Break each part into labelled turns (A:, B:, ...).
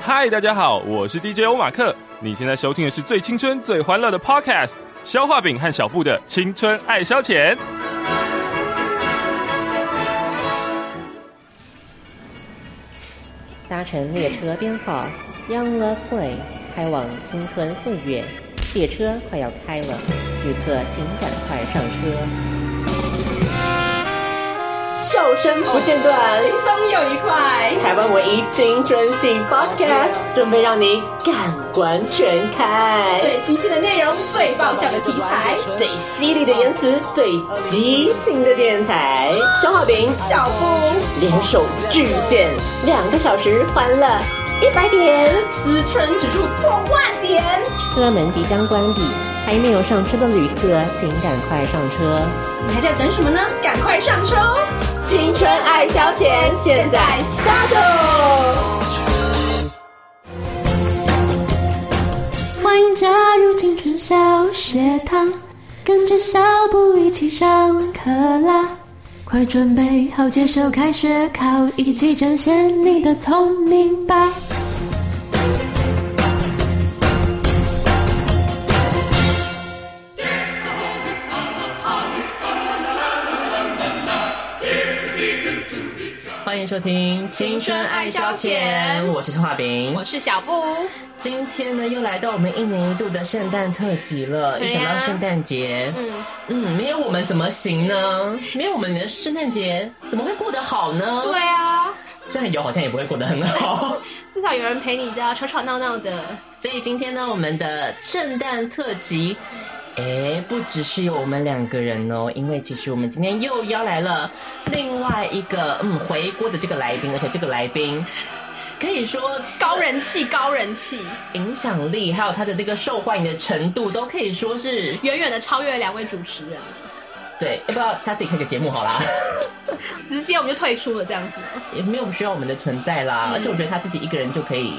A: 嗨，大家好，我是 DJ 欧马克。你现在收听的是最青春、最欢乐的 Podcast《消化饼和小布的青春爱消遣》。
B: 搭乘列车编号 Young Love Play 开往青春岁月，列车快要开了，旅客请赶快上车。
C: 笑声不间断，
D: 轻松又愉快。
C: 台湾唯一青春性 Podcast，准备让你感官全开。
D: 最新鲜的内容，最爆笑的题材，
C: 最犀利的言辞，最激情的电台，小画饼、
D: 小布
C: 联手巨献，两个小时欢乐一百点，
D: 思春指数破万点。
B: 车门即将关闭，还没有上车的旅客，请赶快上车。
D: 你还在等什么呢？赶快上车哦！
C: 青春爱消遣，现在 start。
E: 欢迎加入青春小学堂，跟着小布一起上课啦！快准备好接受开学考，一起展现你的聪明吧！
F: 欢迎收听《青春爱消遣》，我是陈画饼。
D: 我是小布，
F: 今天呢，又来到我们一年一度的圣诞特辑了。
D: 对啊
F: 一想到圣诞节，嗯嗯，没有我们怎么行呢？没有我们，你的圣诞节怎么会过得好呢？
D: 对，啊，
F: 虽然有，好像也不会过得很 好。
D: 至少有人陪你，这样吵吵闹闹的。
F: 所以今天呢，我们的圣诞特辑，哎，不只是有我们两个人哦，因为其实我们今天又邀来了另外一个嗯回锅的这个来宾，而且这个来宾可以说
D: 高人气，高人气，
F: 影响力，还有他的这个受欢迎的程度，都可以说是
D: 远远的超越两位主持人，
F: 对。要不要他自己开个节目好啦？
D: 直接我们就退出了这样子，
F: 也没有需要我们的存在啦，而且我觉得他自己一个人就可以。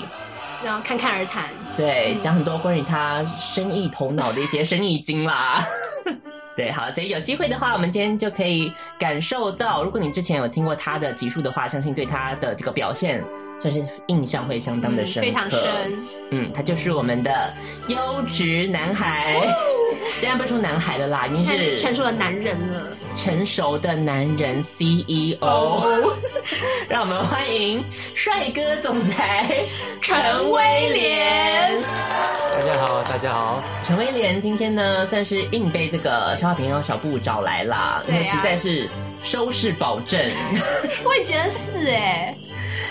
D: 然后侃侃而谈。嗯
F: 对，讲很多关于他生意头脑的一些生意经啦。 对，好，所以有机会的话，我们今天就可以感受到，如果你之前有听过他的集数的话，相信对他的这个表现，算是印象会相当的深刻，
D: 嗯非常深。
F: 嗯，他就是我们的优质男孩，嗯现在不出男孩了啦，已经
D: 现在
F: 是
D: 是成熟的男人了，
F: 成熟的男人
D: E
F: CEO，让哦 我们欢迎帅哥总裁
D: 陈威廉。
G: 大家好，大家好，
F: 陈威廉今天呢，算是硬被这个消化平和哦小布找来啦，因
D: 对啊
F: 为实在是收视保证，
D: 我也觉得是哎、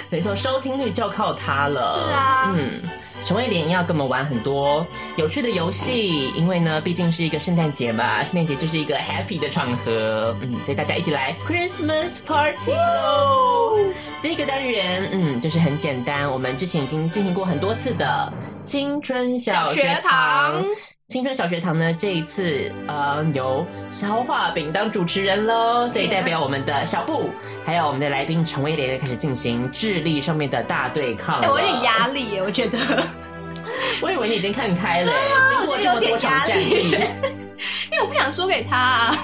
F: 没错，收听率就靠他了。
D: 是啊
F: 嗯。陈威廉要跟我们玩很多有趣的游戏，因为呢，毕竟是一个圣诞节嘛，圣诞节就是一个 happy 的场合，嗯，所以大家一起来 Christmas party 喽。第一个单元，嗯，就是很简单，我们之前已经进行过很多次的青春小学
D: 小学堂
F: 青春小学堂呢，这一次呃由消化饼当主持人喽，所以代表我们的小布，还有我们的来宾陈威廉开始进行智力上面的大对抗
D: 哎
F: 了。
D: 我有点压力耶、我觉得，
F: 我以为你已经看开了，经过
D: 我
F: 这
D: 觉得
F: 么
D: 有点
F: 多场
D: 压
F: 战
D: 力
F: 役，
D: 因为我不想输给他、啊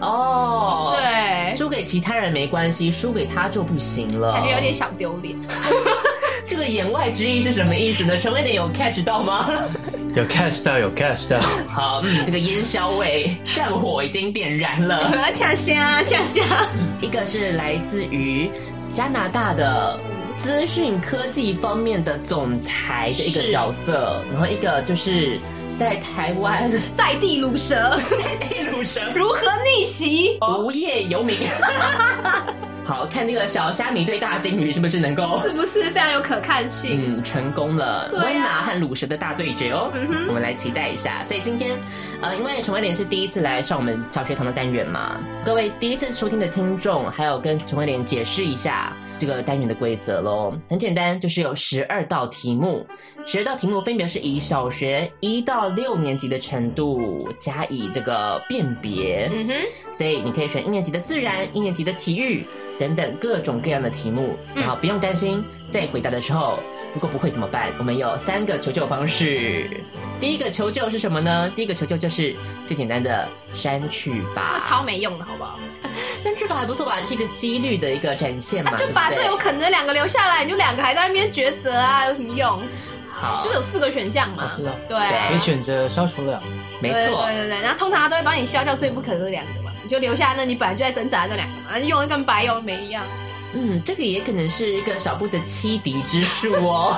F: 哦，，
D: 对，
F: 输给其他人没关系，输给他就不行了。
D: 感觉有点小丢脸。
F: 这个言外之意是什么意思呢？陈威廉有 catch 到吗？
G: 有 catch 到，有 catch 到，
F: 好，嗯，这个烟硝味，战火已经点燃了。
D: 啊，恰虾恰虾，
F: 一个是来自于加拿大的资讯科技方面的总裁的一个
D: 是
F: 角色，然后一个就是在台湾
D: 在地卤蛇
F: 地路神
D: 如何逆袭？
F: 无业游民。 好看这个小虾米对大金鱼是不是能够
D: 是不是非常有可看性？
F: 嗯，成功了，
D: 对啊嗯
F: 温拿和鲁蛇的大对决哦，我们来期待一下。所以今天，呃，因为陈威廉是第一次来上我们小学堂的单元嘛，各位第一次收听的听众，还有跟陈威廉解释一下这个单元的规则喽。很简单，就是有十二道题目，十二道题目分别是以小学一到六年级的程度加以这个辨别，
D: 嗯哼，
F: 所以你可以选一年级的自然、一年级的体育、等等各种各样的题目，
D: 嗯
F: 然后不用担心，在回答的时候如果不会怎么办？我们有三个求救方式。第一个求救是什么呢？第一个求救就是最简单的删去法
D: 那，啊超没用的，好不好？
F: 删去法还不错吧，是一个几率的一个展现
D: 啊
F: 嘛，
D: 就
F: 对不
D: 把
F: 对
D: 最有可能的两个留下来，你就两个还在那边抉择啊，有什么用？
F: 好
D: 就是有四个选项嘛
F: 啊
G: 我知道，
D: 对，
G: 可以选择消除两，
F: 没
D: 对
F: 错，
D: 对对对。然后通常他都会帮你消掉最不可能的两个嘛，你就留下那你本来就在挣扎的那两个嘛，用的跟白用没一样。
F: 嗯，这个也可能是一个小布的欺敌之术哦。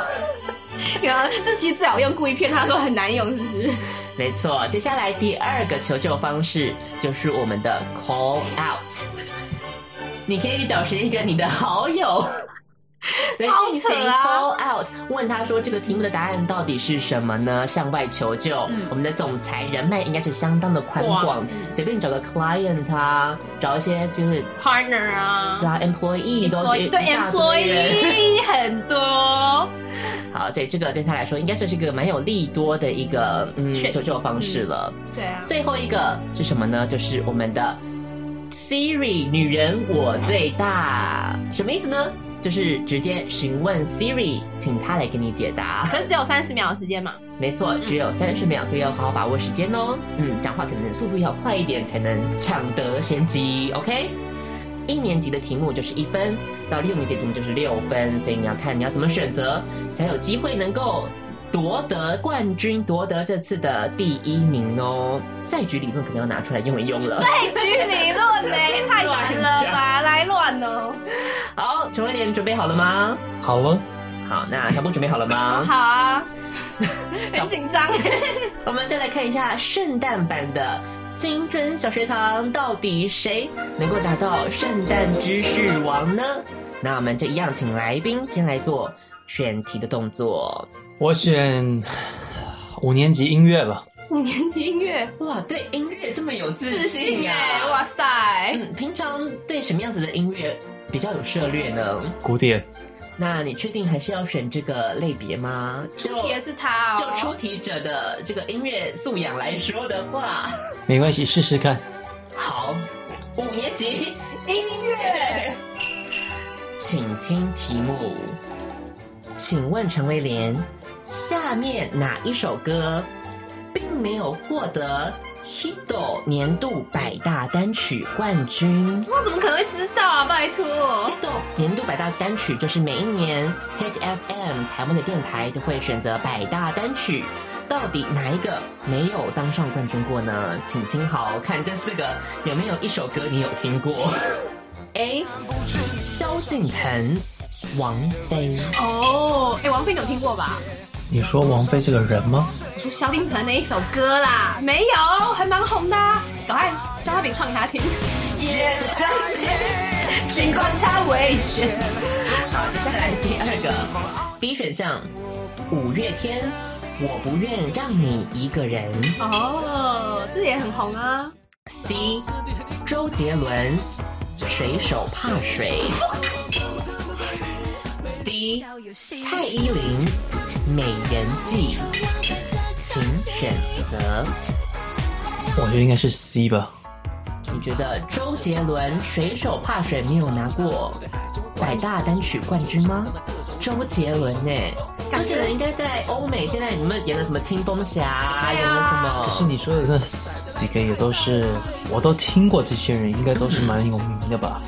D: 然后啊这其实最好用，故意骗他说很难用，是不是？
F: 没错，接下来第二个求救方式就是我们的 call out。你可以去找寻一个你的 好友，来
D: 超
F: 进
D: 扯
F: 行
D: 啊
F: call out，问他说这个题目的答案到底是什么呢？向外求救，我们的总裁人脉应该是相当的宽广
D: 嗯广，嗯
F: 随便找个 client 啊，找一些就是。
D: partner 啊
F: 对啊，employee 都是一
D: 对
F: 大堆人
D: employee 很多，
F: 好，所以这个对他来说应该算是一个蛮有利多的一个嗯
D: 确实
F: 求救方式了。
D: 对啊，
F: 最后一个是什么呢？就是我们的 Siri 女人我最大，什么意思呢？就是直接询问 Siri，请她来给你解答。
D: 可是只有三十秒的时间嘛，
F: 没错，只有三十秒，所以要好好把握时间哦。嗯，讲话可能速度要快一点，才能抢得先机。OK，一年级的题目就是一分，到六年级的题目就是六分，所以你要看你要怎么选择，才有机会能够夺得冠军，夺得这次的第一名哦。赛局理论可能要拿出来用一用了。
D: 太局理论 嘞，太难了吧，来乱哦。
F: 好，陈威廉准备好了吗？
G: 好哦，
F: 好，那小布准备好了吗？
D: 好啊，很紧张哎，
F: 我们再来看一下圣诞版的青春小学堂，到底谁能够达到圣诞知识王呢？那我们就一样，请来宾先来做选题的动作。
G: 我选五年级音乐吧。
D: 五年级音乐
F: 哇，对音乐这么有自
D: 自信
F: 信
D: 哎，
F: 啊！
D: 哇塞，
F: 嗯，平常对什么样子的音乐比较有涉猎呢？
G: 古典，
F: 那你确定还是要选这个类别吗？就
D: 出题的是他
F: 就出
D: 哦，
F: 题者的这个音乐素养来说的话，
G: 没关系，试试看。
F: 好，五年级音乐，请听题目，请问陈威廉，下面哪一首歌并没有获得 Hito 年度百大单曲冠军
D: 那怎么可能会知道啊？拜托，
F: ？Hito 年度百大单曲就是每一年 Hit FM 台湾的电台都会选择百大单曲。到底哪一个没有当上冠军过呢？请听好看这四个有没有一首歌你有听过？A. 萧敬腾、王菲。
D: 哦，哎，王菲你有听过吧？
G: 你说王菲这个人吗？
D: 我说萧敬腾的一首歌啦，没有，还蛮红的啊、赶快烧饼唱给他听。
F: 夜在夜，情况太危险。好，接下来第二个 B 选项，五月天，我不愿让你一个人。
D: 哦，这也很红啊。
F: C，周杰伦，水手怕水。D，蔡依林，美人计。请选择。
G: 我觉得应该是 C 吧。
F: 你觉得周杰伦《水手怕水》没有拿过百大单曲冠军吗？周杰伦呢、周杰伦应该在欧美现在你们演了什么《清风侠》，演了什么？
G: 啊可是你说的那几个也都是，我都听过，这些人应该都是蛮有名的吧？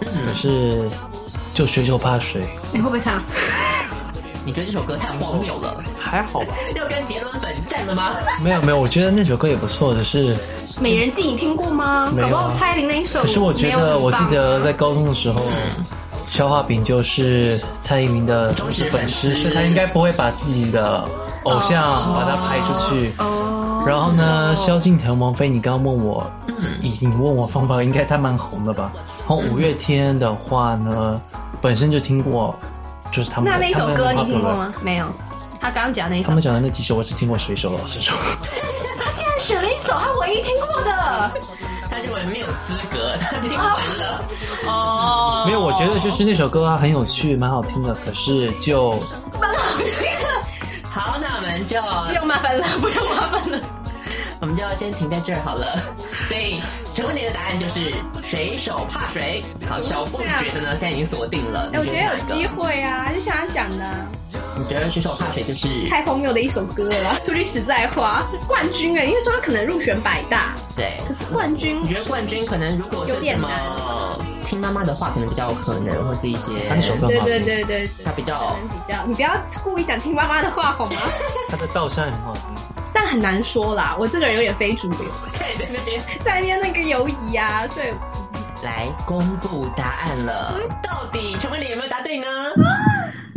G: 可是就水手怕水，
D: 你会不会唱？
F: 你觉得这首歌太荒谬了，
G: 还好吧？
F: 要跟杰伦粉战了吗？
G: 没有没有，我觉得那首歌也不错，只是
D: 美人计你听过吗？
G: 没有啊
D: 搞不好蔡依林那一首。
G: 可是我觉得，我记得在高中的时候，消化饼就是蔡依林的忠实粉丝，
F: 忠实粉丝
G: 所以他应该不会把自己的偶像
D: 哦
G: 把他排出去。然后呢，萧敬腾、王菲，你刚刚问我，已经问我方法，应该他蛮红的吧？然后五月天的话呢，本身就听过，就是他们
D: 那
G: 的
D: 那首歌你听过？
G: 他们的 popular
D: 吗？没有。他刚刚讲那一首
G: 他，们讲的那几首，我只听过水手，老实说。
D: 他竟然选了一首他唯一听过的。
F: 他认为没有资格，他听完 了。
D: 哦，
G: 没有，我觉得就是那首歌啊，很有趣，蛮好听的，可是就
F: 好，那我们就
D: 不用麻烦了，不用麻烦了。
F: 我们就要先停在这儿 好了。所以陈文莲的答案就是水手怕水。好，小布觉得呢，现在已经锁定了。
D: 哎，我
F: 你
D: 觉得
F: 哪
D: 有
F: 一个
D: 机会啊，就像他讲的啊、
F: 你觉得水手怕水就是
D: 太荒谬的一首歌了。说句实在话，冠军哎，因为说他可能入选百大，
F: 对？
D: 可是冠军
F: 嗯你觉得冠军可能如果是
D: 有
F: 什
D: 点
F: 么
D: 难
F: 听妈妈的话，可能比较有可能，或是一些
G: 他的手干嘛？
D: 对对对对对，
F: 他比较
D: 可能比较，你不要故意讲听妈妈的话好吗？
G: 他的稻香也很好听。
D: 但很难说啦，我这个人有点非主流，
F: 看在那边。
D: 在念那个犹疑啊，所以
F: 来公布答案了，
D: 嗯
F: 到底陈文玲有没有答对呢？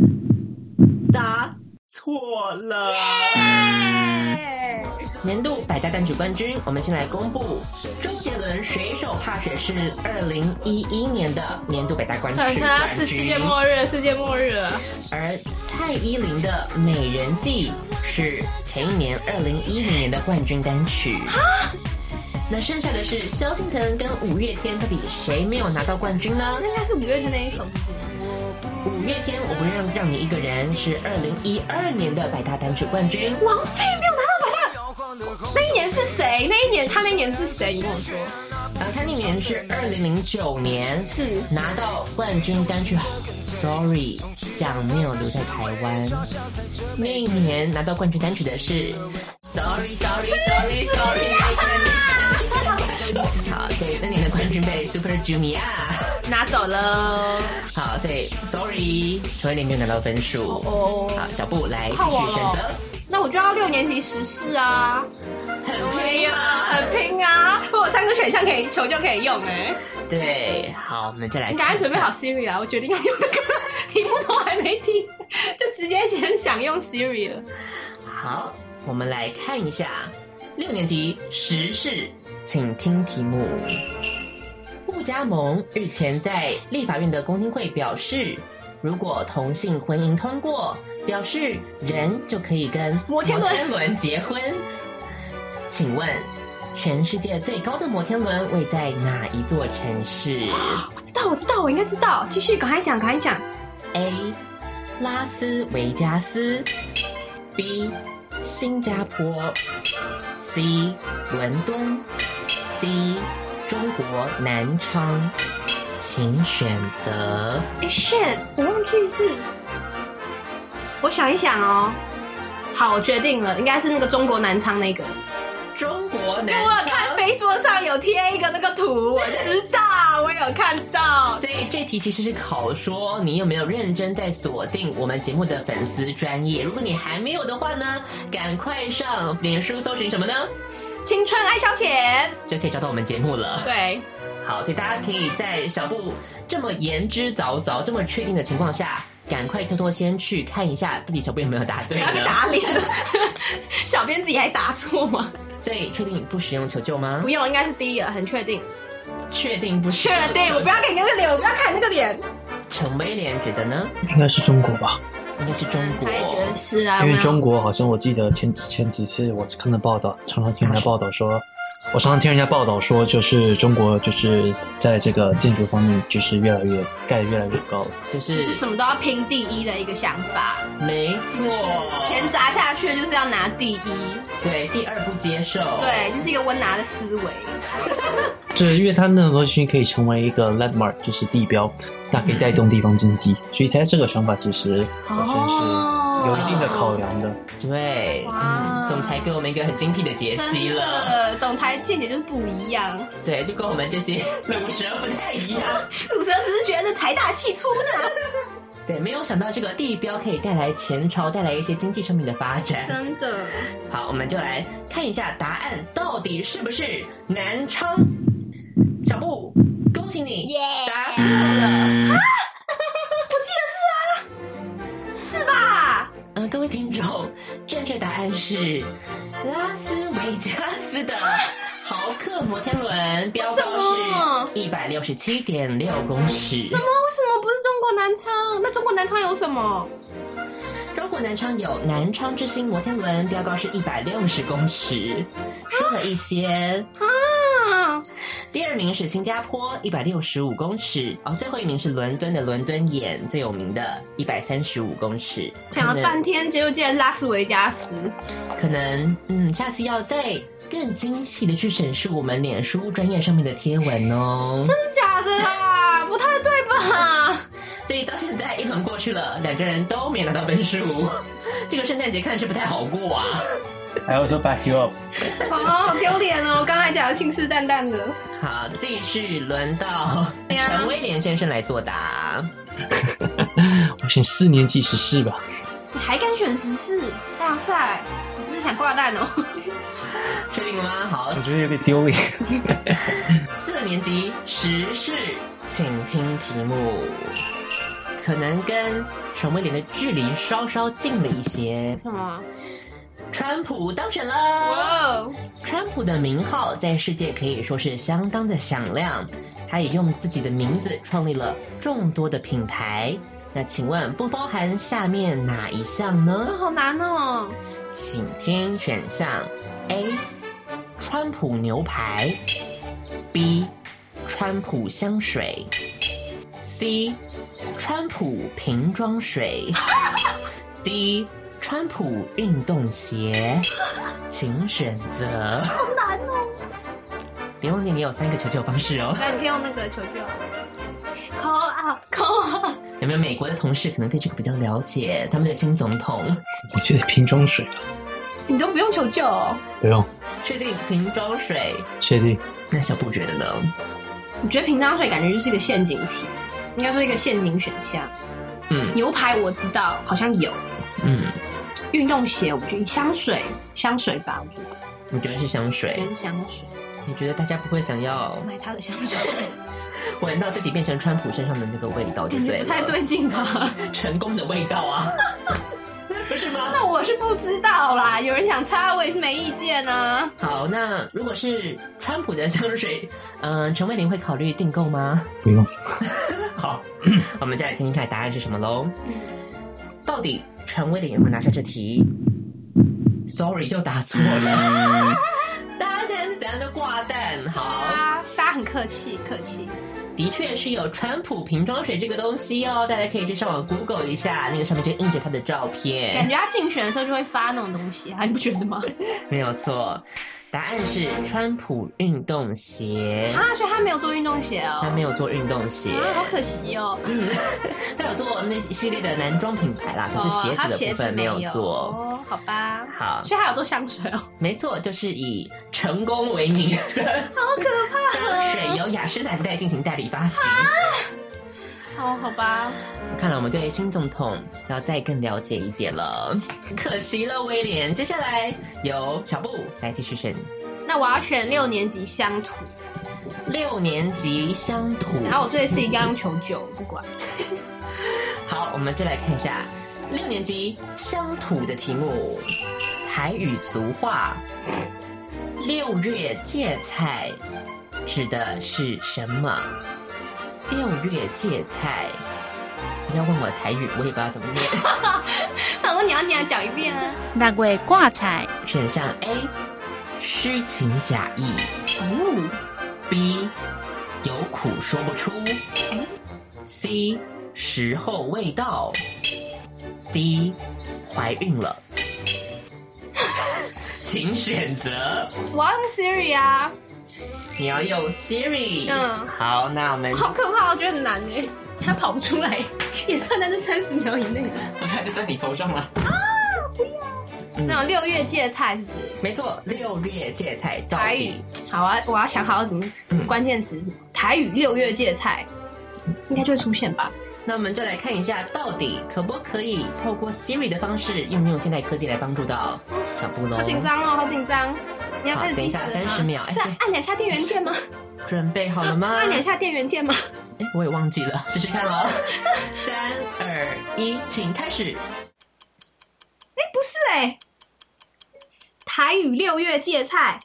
D: 嗯
F: 答错了。
D: 哎
F: 年度百大单曲冠军，我们先来公布周杰伦《水手怕水》是二零一一年的年度百大冠
D: 算了
F: 军，
D: 算了，是世界末日，世界末日了。
F: 而蔡依林的《美人计》是前一年二零一零年的冠军单曲。那剩下的是萧敬腾跟五月天，到底谁没有拿到冠军呢？
D: 那应该是五月天那一首，
F: 五月天，我不让让你一个人是二零一二年的百大单曲冠军。
D: 王菲没有拿到百大，那一年是谁？那一年他那一年是谁？你跟我说，
F: 呃，他那年是二零零九年，
D: 是
F: 拿到冠军单曲《Sorry》，奖没有留在台湾。那一年拿到冠军单曲的是《Sorry Sorry Sorry Sorry》。好，所以那年的冠军被 Super Junior。
D: 拿走了。
F: 好，所以 Sorry，陈慧琳没有拿到分数。
D: 哦
F: 好，小布来继
D: 好
F: 续
D: 玩
F: 选择
D: 哦。那我就要六年级实试啊，
F: 很
D: 对
F: 拼
D: 呀、
F: 啊！
D: 很拼啊！我有三个选项可以求救可以用哎、
F: 对，好，我们再来
D: 你
F: 看。
D: 赶快准备好 Siri 啊啦！我决定要用那个题目都还没听，就直接先想用 Siri 了。
F: 好，我们来看一下六年级时事，请听题目。不加盟日前在立法院的公听会表示，如果同性婚姻通过，表示人就可以跟
D: 摩天轮
F: 结婚。请问，全世界最高的摩天轮位在哪一座城市 啊
D: 我知道，我知道，我应该知道。继续，赶快讲，赶快讲。
F: ？A. 拉斯维加斯，B. 新加坡，C. 伦敦，D. 中国南昌，请选择。
D: 哎，shit，我忘记是。我想一想哦。好，我决定了，应该是那个中国南昌那个。
F: 中国南
D: 因为我有看
F: 昌。
D: Facebook 上有贴一个那个图，我知道，我有看到。
F: 所以这题其实是考说你有没有认真在锁定我们节目的粉丝专业。如果你还没有的话呢，赶快上脸书搜寻什么呢，
D: 青春爱消遣，
F: 就可以找到我们节目了。
D: 对，
F: 好，所以大家可以在小布这么言之凿凿、这么确定的情况下，赶快偷偷先去看一下到底小布有没有答对
D: 不要被
F: 呢？
D: 打脸了。小编自己还答错吗？
F: 所以确定不使用求救吗
D: 不？用，应该是第一了，很确定，
F: 确定不使
D: 确
F: 用
D: 定。
F: 求
D: 我
F: 救
D: 不要给你那个脸，我不要看你那个脸。
F: 陈威廉觉得呢？
G: 应该是中国吧？
F: 应该是中国
D: 他。也嗯觉得是啊，
G: 因为中
D: 国
G: 国好像我记得前前几次我看的报道，常常听人家报道说，我常常听人家报道说，就是中国就是在这个建筑方面就是越来越盖得越来越高了。
F: 就是
D: 就是什么都要拼第一的一个想法，
F: 没
D: 是
F: 错
D: 不是，？钱砸下去就是要拿第一，
F: 对，第二不接受。
D: 对，就是一个温拿的思维。
G: 就是因为它那种东西可以成为一个 landmark，就是地标，它可以带动地方经济，所以它这个想法其实本身是有一定的考量的。
F: 对，
D: 哇
F: 嗯，总裁给我们一个很精辟的解析
D: 真
F: 了。
D: 的，总裁见解就是不一样。
F: 对，就跟我们这些 卤蛇不太一样。
D: 鲁蛇只是觉得财大气粗呢，
F: 对，没有想到这个地标可以带来前朝，带来一些经济上面的发 展。
D: 真的。
F: 好，我们就来看一下答案到底是不是南昌。小布，恭喜你答错了。
D: 啊 是吧？
F: 嗯、各位听众，正确答案是拉斯维加斯的豪客摩天轮，标
D: 啊
F: 高
D: 什么
F: 是一百六十七点六公尺。
D: 什么？为什么不是中国南昌？那中国南昌有什么？
F: 中国南昌有南昌之星摩天轮，标高是一百六十公尺，输了一些。
D: 啊，
F: 第二名是新加坡，一百六十五公尺。哦，最后一名是伦敦的伦敦眼，最有名的，一百三十五公尺。
D: 讲了半天，结果竟然拉斯维加斯。
F: 可能，可能，嗯，下次要再更精细的去审视我们脸书专业上面的贴文哦。
D: 真的假的啦？不太对吧？
F: 所以到现在一轮过去了，两个人都没拿到分数， 这个圣诞节看是不太好过啊。
G: I also back you up。
D: 好丢脸哦！刚才讲的信誓旦旦的，
F: 好，继续轮到
D: 对啊呀
F: 陈威廉先生来作答。
G: 我选四年级时事吧。
D: 你还敢选十四？哇塞，你真的想挂蛋哦！
F: 确定了吗？好，
G: 我觉得有点丢脸。
F: 四年级时事，请听题目。可能跟陈威廉的距离稍稍近了一些。
D: 什么？
F: 川普当选
D: 哇
F: 了，
D: 哦！
F: 川普的名号在世界可以说是相当的响亮，他也用自己的名字创立了众多的品牌。那请问不包含下面哪一项呢？
D: 好难哦！
F: 请听选项：A. 川普牛排；B. 川普香水；C. 川普瓶装水；D. 川普运动鞋。请选择。好难哦！别忘记你有三个求救方式哦。
D: 那你可以用那个球球。call out call out，
F: 有没有美国的同事可能对这个比较了解？他们的新总统，
G: 我觉得瓶装水
D: 你都不用求救哦？
G: 不用，
F: 确定瓶装水？
G: 确定。
F: 那小布觉得呢？
D: 我觉得平常水感觉就是一个陷阱题，应该说一个陷阱选项。
F: 嗯
D: 牛排我知道，好像有。
F: 嗯，
D: 运动鞋，我觉得香水，香水吧，我觉得
F: 你觉得是香水
D: 我？觉得是香水，
F: 你觉得大家不会想要
D: 买他的香水，
F: 闻到自己变成川普身上的那个味道，对
D: 感
F: 不对
D: 觉
F: 了？
D: 不太对劲吧？
F: 成功的味道啊， 不是吗？
D: 那我是不知道啦，有人想猜我也是没意见啊。
F: 好，那如果是川普的香水，嗯、陈慧琳会考虑订购吗？
G: 不用，
F: 好， 我们再来听听看答案是什么喽。
D: 嗯
F: 到底陈威廉会拿下这题？Sorry，又答错了。
D: 嗯
F: 大家现在是怎样就挂蛋？好，
D: 啊，大家很客气，客气。
F: 的确是有川普瓶装水这个东西哦，大家可以去上网 Google 一下，那个上面就印着他的照
D: 感
F: 片，
D: 觉他竞选的时候就会发那种东西啊，你不觉得吗？
F: 没有错。答案是川普运动鞋，
D: 啊，所以他没有做运动鞋
F: 哎他
D: 哦，
F: 没有做运动鞋，
D: 啊，好可惜哦。
F: 他有做那一系列的男装品牌啦，可是
D: 哦他
F: 鞋子的部分没
D: 没
F: 有做。
D: 哦，好吧。
F: 好，
D: 所以他有做香水哦，
F: 没错，就是以成功为名，好可怕、香水由雅诗兰黛进行代理发行。
D: 哦，好吧，
F: 看来我们对新总统要再更了解一点了， 可惜了，威廉。接下来由小布来继续选
D: 那我要选六年级乡土，
F: 六年级乡土。
D: 然后我这一次一定要用求救，不管。
F: 好，我们就来看一下六年级乡土的题目：台语俗话“六月芥菜”指的是什么？六月芥菜，不要问我台语，我也不知道怎么念。
D: 那我说你要你要讲一遍啊。
H: 六月挂彩，
F: 选项 A，诗情假意
D: 哦，
F: ；B，有苦说不出；C，时候未到；D，怀 孕了。请选择，
D: 我要用 Siri 啊，
F: 你要用 Siri。
D: 嗯
F: 好，那我们
D: 好可怕，我觉得很难哎，他跑不出来，也算在这三十秒以内。
F: 我 看就算你头上了。嗯
D: 那种六月芥菜是不是？
F: 没错，六月芥菜到
D: 台语
F: 底，
D: 好啊，我要想好怎么
F: 嗯
D: 关键词是什么，台语六月芥菜应该就会出现吧？
F: 那我们就来看一下，到底可不可以透过 Siri 的方式，运用现代科技来帮助到小布喽？
D: 好紧张哦，好紧张！你要开始
F: 好等
D: 计
F: 一
D: 时
F: 下
D: 了吗？啊
F: 30秒哎
D: 是
F: 对
D: 按两下电源键吗？
F: 准备好了吗？
D: 按两下电源键吗？
F: 哎，我也忘记了，试试 看喽。三二一，请开始。
D: 哎，不是哎、台语六月芥菜，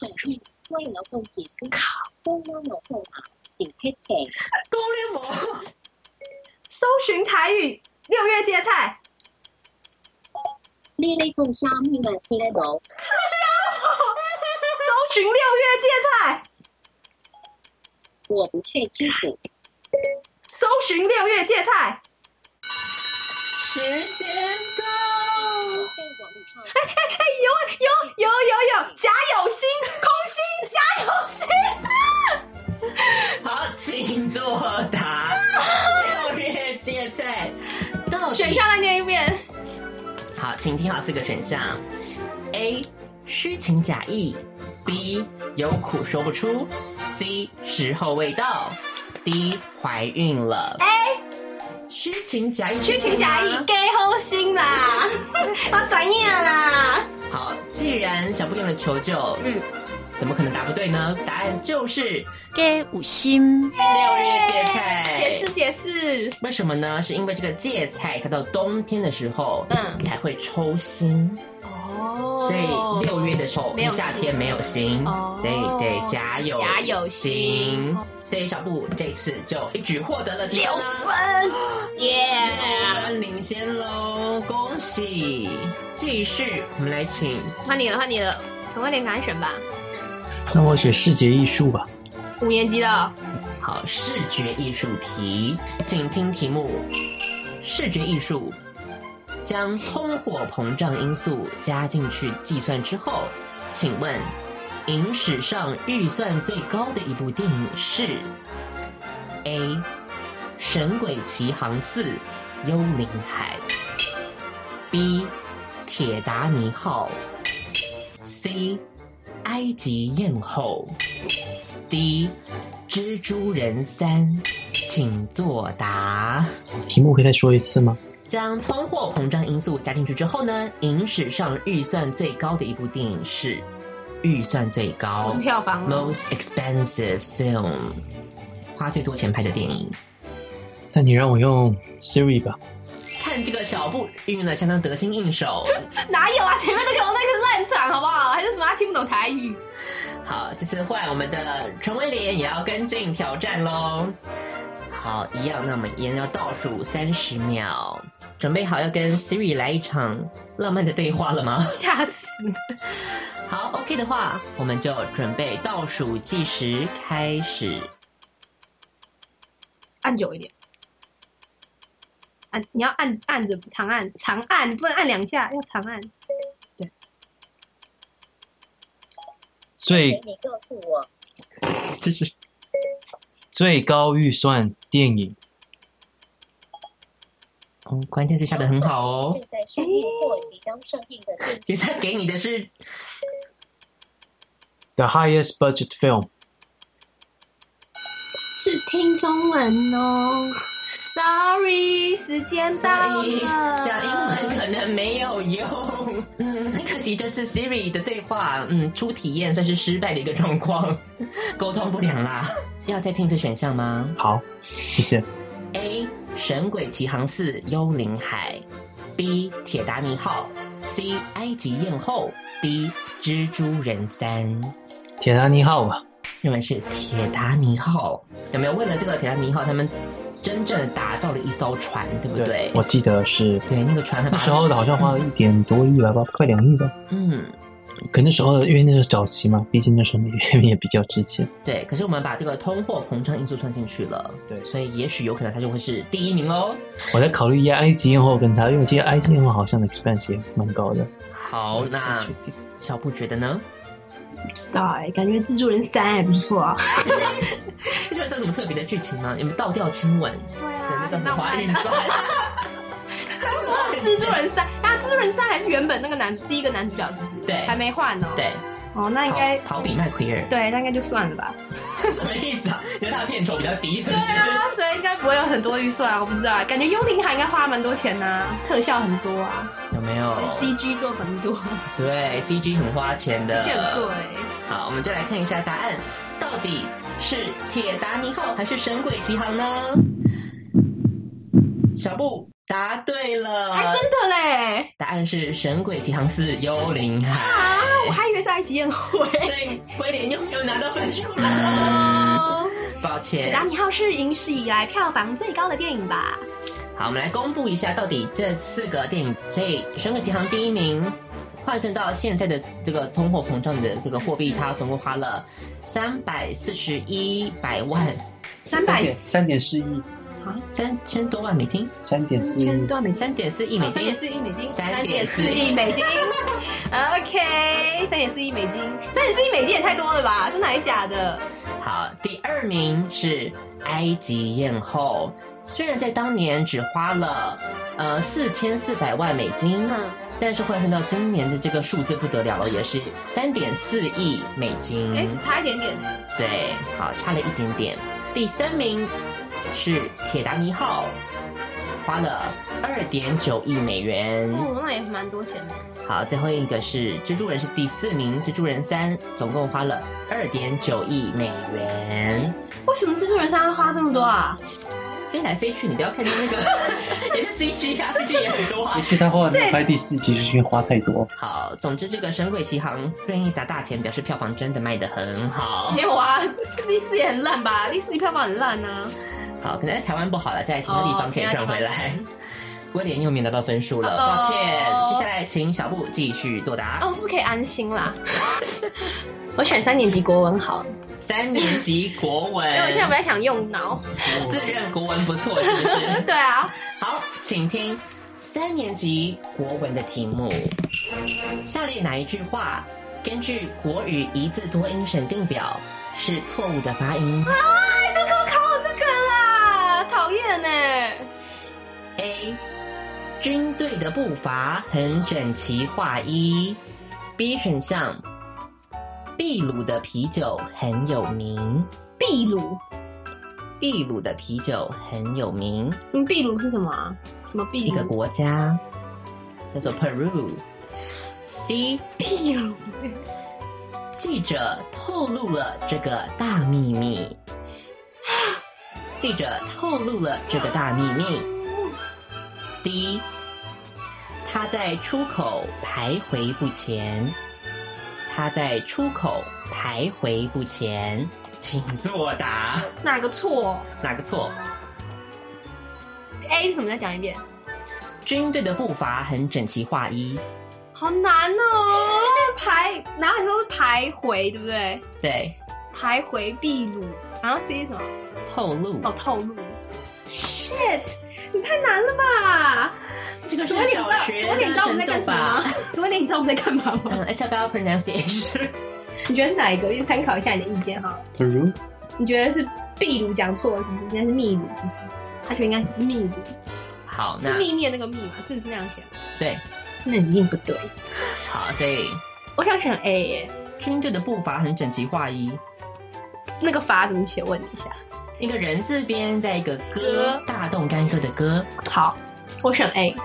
I: 对面威老公自私，高温老公啊，警惕蛇，
F: 攻略魔，
D: 搜寻台语六月芥菜，
I: 呢呢半衫呢啊听得到，
D: 哦搜寻六月芥菜，
I: 我不太清楚。
D: 搜寻六月芥菜。
F: 时间
I: 在网络上唱的。
D: 有有有有，假有心，空心，假有心。
F: 好，请作 答。六月芥菜，到底
D: 选项再念一遍。
F: 好，请听好四个选项：A. 虚情假意；B. 有苦说不出；C. 时候未到；D. 怀孕了。A. 虚情假意，
D: 虚情假意。，gay 后心啦，要怎样啦？
F: 好，既然小布用了求救，嗯
D: 嗯，
F: 怎么可能答不对呢？答案就是六
E: 给五星，
F: 月芥菜。
D: 解释解释，
F: 为什么呢？是因为这个芥菜，它到冬天的时候，嗯，
D: 嗯
F: 才会抽心，
D: 哦
F: 所以六月的时候，
D: 没有心
F: 夏天没有心，
D: 哦
F: 所以对甲有
D: 甲有
F: 心
D: 心，
F: 所以小布这次就一举获得了六
D: 耶，
F: 六分领先喽，恭喜！继续，我们来请
D: 换你了换你了，陈慧莲赶快选吧，
G: 那我选视觉艺术吧。
D: 五年级的
F: 好，视觉艺术题，请听题目：视觉艺术将通货膨胀因素加进去计算之后，请问影史上预算最高的一部电影是？A.《神鬼奇航四》《幽灵海》B.《铁达尼号》C.《埃及艳后》。D，蜘蛛人三，请作答。
G: 题目可以再说一次吗？
F: 将通货膨胀因素加进去之后呢，影史上预算最高的一部电影是预算最高
D: 不是票房哦
F: most expensive film，花最多钱拍的电影。
G: 那你让我用 Siri 吧。
F: 看这个小布运用的相当得心应手。
D: 哪有啊？前面都给我那个烂场好不好？还是什么他听不懂台语？
F: 好，这次换我们的陈威廉也要跟进挑战喽。好，一样，那我们一样要倒数三十秒，准备好要跟 Siri 来一场浪漫的对话了吗？
D: 吓死！
F: 好，OK 的话，我们就准备倒数计时开始。
D: 按久一点，按你要按按着长按长按，你不能按两下，要长按。
G: 最
I: 你告诉我，
G: 这是最高预算电影，
F: 哦，关键字下的很好哦
I: 正。在上映或即将上映的电影
F: 其实他给你的是
G: The highest budget film，
D: 是听中文哦。Sorry，时间到
F: 所
D: 了
F: 以。讲英文可能没有用。嗯，很可惜这次 Siri 的对话，嗯，初体验算是失败的一个状况，沟通不良啊啦。要再听一次选项吗
G: 好，谢谢。
F: ？A. 神鬼奇航四幽灵海，B. 铁达尼号，C. 埃及艳后，D. 蜘蛛人三。
G: 铁达尼号吧，
F: 认为是铁达尼号，有没有为了这个铁达尼号，他们真正打造了一艘船，对不对？
G: 我记得 是
F: 对那个船还
G: 那
F: 把
G: 时候好像花了一点多亿吧，吧快两亿吧。
F: 嗯，
G: 可那时候因为那时候早期嘛，毕竟那时候美元也比较值钱。
F: 对。可是我们把这个通货膨胀因素算进去了，
G: 对
F: 所以也许有可能它就会是第一名哦。
G: 我在考虑一下埃及艳后跟他，因为我记得埃及艳后好像 expense 也蛮高的。
F: 好，那小布觉得呢？
D: 不知道哎，感觉蜘蛛人三还不错啊。
F: 这就是什么特别的剧情吗？有没有倒吊亲吻的
D: 对
F: 那
D: 啊，
F: 个
D: 很
F: 很
D: 浪
F: 花
D: 漫
F: 预
D: 啊。
F: 算？
D: 蜘 蛛啊人三，那蜘蛛人三还是原本那个男第一个男主角是不是？
F: 对
D: 还没换哦。，
F: 对，
D: 哦，那应该
F: 逃逃避麦奎尔，
D: 对，那应该就算了吧。
F: 什么意思啊？因为他的片酬比较低，是
D: 对
F: 不是？
D: 啊，所以应该不会有很多预算啊，我不知道啊，感觉幽灵海应该花蛮多钱呐、特效很多啊
F: 有没有
D: ，CG 做很 多，CG
F: 对 CG 很花钱的，
D: 很贵。
F: 好，我们就来看一下答案，到底是铁达尼号还是神鬼奇航呢？小布答对了，
D: 还真的嘞！
F: 答案是神鬼奇航四幽灵海。
D: 啊，我还以为是埃及宴会。
F: 所以威廉又没有拿到分数
D: 哎
F: 了，
D: 哦，
F: 抱歉。
D: 达尼号是影史以来票房最高的电影吧？
F: 好，我们来公布一下到底这四个电影，所以《神鬼奇航》第一名，换算到现在的这个通货膨胀的这个货币，它总共花了三百四十一百万，
D: 三百
G: 三点四亿，
D: 哦好像
F: 三千多万美金，
G: 三点四
F: 千
G: 亿，
F: 多万美三点四亿美
D: 三
F: 金
D: 点，四亿美金，
F: 3.4
D: 亿美金。OK，三点四亿美金，三点四亿美金也太多了吧？真的还是假的？
F: 好，第二名是埃及艳后，虽然在当年只花了呃四千四百万美金，
D: 嗯
F: 但是换算到今年的这个数字不得了了，也是三点四亿美金。
D: 哎、只差一点点。
F: 对，好，差了一点点。第三名是铁达尼号，花了二点九亿美元。
D: 哦，那也蛮多钱的。
F: 好，最后一个是蜘蛛人是第四名，蜘蛛人三总共花了二点九亿美元。
D: 为什么蜘蛛人三会花这么多啊？
F: 飞来飞去，你不要看见那个 也是 CG 啊，CG 也很多啊
G: 也。许他花拍第四集是因为花太多。
F: 好，总之这个《神鬼奇航》愿意砸大钱，表示票房真的卖得很好
D: 没。有啊， 第四也很烂吧？第四票房很烂啊。
F: 好，可能在台湾不好了，在其他地方可以赚回来。
D: 哦
F: 威廉又没拿到分数了，
D: 哦
F: 抱歉。接下来请小布继续作答。
D: 哦，我是不是可以安心啦？ 我选三年级国文好了，
F: 三年级国文，
D: 因为我现在不太想用 脑。
F: 自认国文不错，是不是？
D: 对啊，
F: 好，请听三年级国文的题目。下列哪一句话根据国语一字多音审定表是错误的发音
D: 哎，都给我考我这个啦，讨厌呢。
F: ？A. 军队的步伐很整齐划一。B 选项，秘鲁的啤酒很有名。
D: 秘鲁，
F: 秘鲁的啤酒很有名，
D: 什么秘鲁是什么啊？什么
F: 一
D: 秘
F: 个
D: 鲁？
F: 国家叫做 Peru。C
D: 秘鲁，
F: 记者透露了这个大秘密。记者透露了这个大秘密。D，他在出口徘徊不前。他在出口徘徊不前，请作答。
D: 哪个错
F: 哪个错？
D: ？A 是什么？再讲一遍。
F: 军队的步伐很整齐划一。
D: 好难哦，徘，然后你说是徘徊，对不对？
F: 对，
D: 徘徊秘鲁，然后 C 是什么？
F: 透露。
D: 哦，透露。Shit，你太难了吧？
F: 这个
D: 楚文，你知道楚文，你知道我们在干什么 吗？楚文，你知道我们在干嘛吗？
F: 嗯，It's about pronunciation。
D: 你觉得是哪一个？我先参考一下你的意见哈。
G: Peru
D: 你觉得是秘鲁讲错了是不是？应该是秘鲁是不是？他觉得应该是秘鲁，
F: 好，
D: 是
F: 那
D: 秘密的那个密嘛？字是那样写的，
F: 对，
D: 那一定不对。
F: 好，所以
D: 我想选 A 耶，
F: 军队的步伐很整齐划一，
D: 那个法怎么写？问你一下。
F: 一个人字边在一个歌
D: 歌，
F: 大动干戈的歌。
D: 好，我选 A。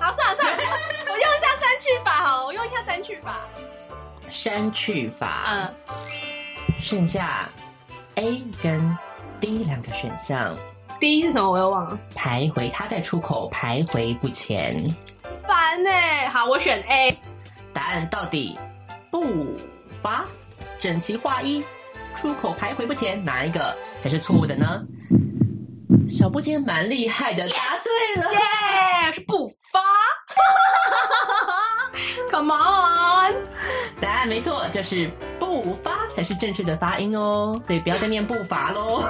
D: 好，算了 算了，我用一下三去法好了，我用一下三去法。
F: 删去法，
D: 嗯，
F: 剩下 A 跟 D 两个选项
D: 第一是什么我又忘了，
F: 徘徊，他在出口徘徊不前。
D: 烦呢、欸好，我选 A。
F: 答案到底步伐整齐划一，出口徘徊不前，哪一个才是错误的呢？小布今天蛮厉害的，
D: 啊
F: 答对了。
D: 耶、是不发。Come on，
F: 答案没错，就是步伐才是正确的发音哦，所以不要再念步伐 喽。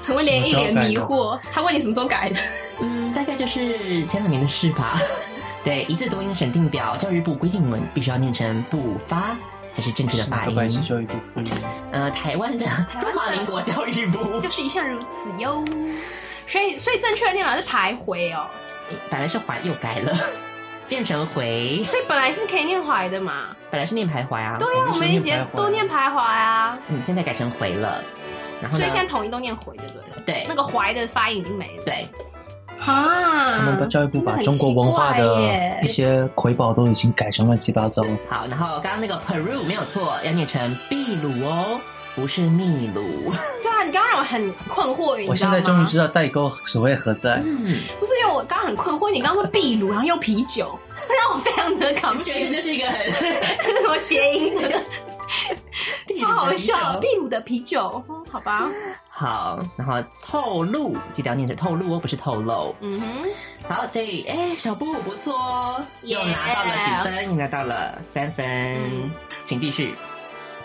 D: 陈文莲一脸迷惑，他问你什么时候改的？
F: 嗯，大概就是前两年的事吧。 对，一字多音审定表，教育部规定我们必须要念成步伐才是正确的
G: 是哪
F: 发
G: 个白是
F: 音。
G: 教育部分？
F: 呃，台湾的
D: 湾的
F: 中华民国教育 部
D: 就是一向如此哟。所以，所以正确的念法是徘徊哦，
F: 本来是怀又改了， 变成回，
D: 所以本来是可以念怀的嘛。
F: 本来是念徘徊啊。
D: 对呀、
G: 我
D: 我
G: 们
D: 们
G: 是
D: 以
G: 念
D: 前
G: 徘徊
D: 都念徘徊啊。
F: 嗯，现在改成回了。然后
D: 所以
F: 呢
D: 现在统一都念回，对不对？
F: 对
D: 那个“怀”的发音已经没了。
F: 对
D: 啊，
G: 他们把教育部把中国文化
D: 真啊很奇怪
G: 的
D: 耶
G: 一些瑰宝都已经改成乱七八糟了。
F: 好，然后刚刚那个 Peru 没有错，要念成秘鲁哦，不是秘 鲁。
D: 对啊，你刚刚让我很困惑，你知道吗
G: 我现在终于知道代沟所谓何在。
D: 不是因为我刚刚很困惑，你刚刚说秘鲁，然后又啤酒， 让我非常的搞不
F: 我觉得这就是一个很
D: 什么谐 音这个，
F: 秘鲁的啤酒
D: 超好笑。秘鲁的啤酒，嗯好吧，
F: 好，然后透露，记得要念成透露哦，不是透露。
D: 嗯哼，
F: 好，所以哎，小布不错哦，又
D: Yeah
F: 拿到了几分？又拿到了三分，
D: 嗯
F: 请继续。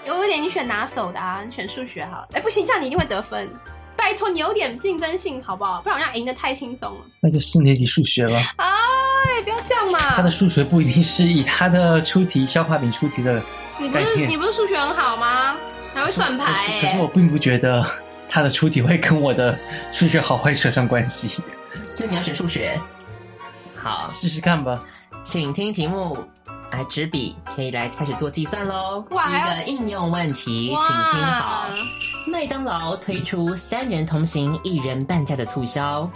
D: 有一点你选拿手的啊，你选数学好了，哎，不行，这样你一定会得分。不拜托你有点竞争性好不好？不然我让赢得太轻松了。
G: 那就四年级数学了。
D: 哎，不要这样
G: 他
D: 嘛
G: 的！数学不一定是以他的出题消化饼出题的
D: 你不
G: 概
D: 是
G: 念
D: 你不是数学很好吗？还会算牌
G: 可是可
D: 哎、
G: 是我并不觉得他的出题会跟我的数学好坏扯上关系。
F: 所以你要选数学。好，
G: 试试看吧。
F: 请听题目，来纸笔可以来开始做计算喽。
D: 哇
F: 是一
D: 还
F: 个
D: 有
F: 应用问题，请
D: 哇
F: 听好。麦当劳推出三人同行一人半价的促销，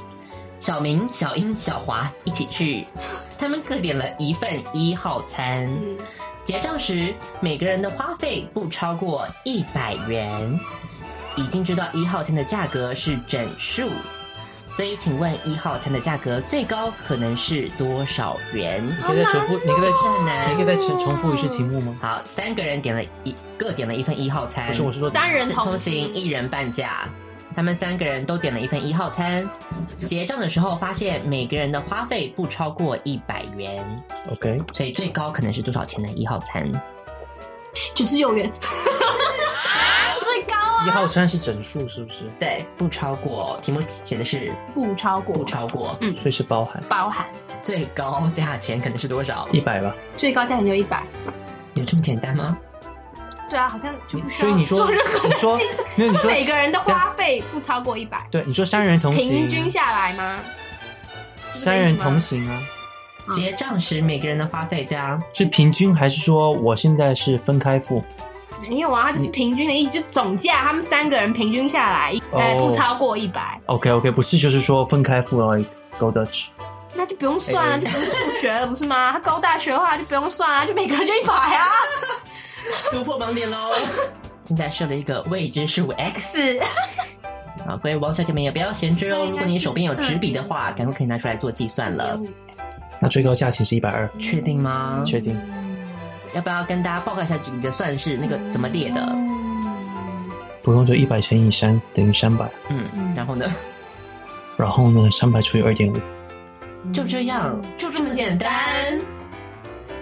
F: 小明、小英、小华一起去， 他们各点了一份一号餐。
D: 嗯，
F: 结账时，每个人的花费不超过一百元。已经知道一号餐的价格是整数，所以请问一号餐的价格最高可能是多少元？
G: 你可以再重复，你可以再
F: 好难哦
G: 你可以再重重复一次题目吗？
F: 好，三个人点了一各点了一份一号餐，
G: 不是，我是说
D: 三人
F: 四
D: 同
F: 通
D: 行
F: 行一人半价。他们三个人都点了一份一号餐，结账的时候发现每个人的花费不超过一百元，
G: OK。
F: 所以最高可能是多少钱的一号餐？
D: 九十九 元，最高啊，
G: 一号餐是整数是不是？
F: 对，不超过。题目写的是
D: 不超过
F: 不超过，
D: 嗯
G: 所以是包含
D: 包含
F: 最高价钱可能是多少？
G: 一百吧。
D: 最高价钱就一百。
F: 有这么简单吗？
D: 对啊，好像就不需
G: 所
D: 要
G: 以你说
D: 做任何
G: 你
D: 的
G: 说
D: 计算
G: 没有你说
D: 每个人的花费不超过一百，
G: 对，你说三人同行，
D: 平均下来吗？是这个意思吗
G: 三人同行啊，
F: 结账时每个人的花费，对啊，
G: 是平均还是说我现在是分开付？
D: 没有啊，它就是平均的意思，就总价他们三个人平均下来，呃，
G: 哦
D: 不超过一百，
G: OK OK，不是就是说分开付而已。Go Dutch，
D: 那就不用算啊
G: 哎
D: 了，就不用数学了，不是吗？他高大学的话就不用算了，就每个人就一百啊，
F: 突破盲点喽！现在设了一个未知数 x
D: 是
F: 啊，各位王小姐们也不要闲置哦。如果你手边有纸笔的话，赶快可以拿出来做计算了。
G: 那最高价钱是一百二，
F: 确定吗？
G: 确定？
F: 要不要跟大家报告一下你的算式那个怎么列的？
G: 不用就一百乘以三等于三百，
F: 嗯，然后呢？
G: 然后呢，三百除以二点五，
F: 就这样，就这么简单。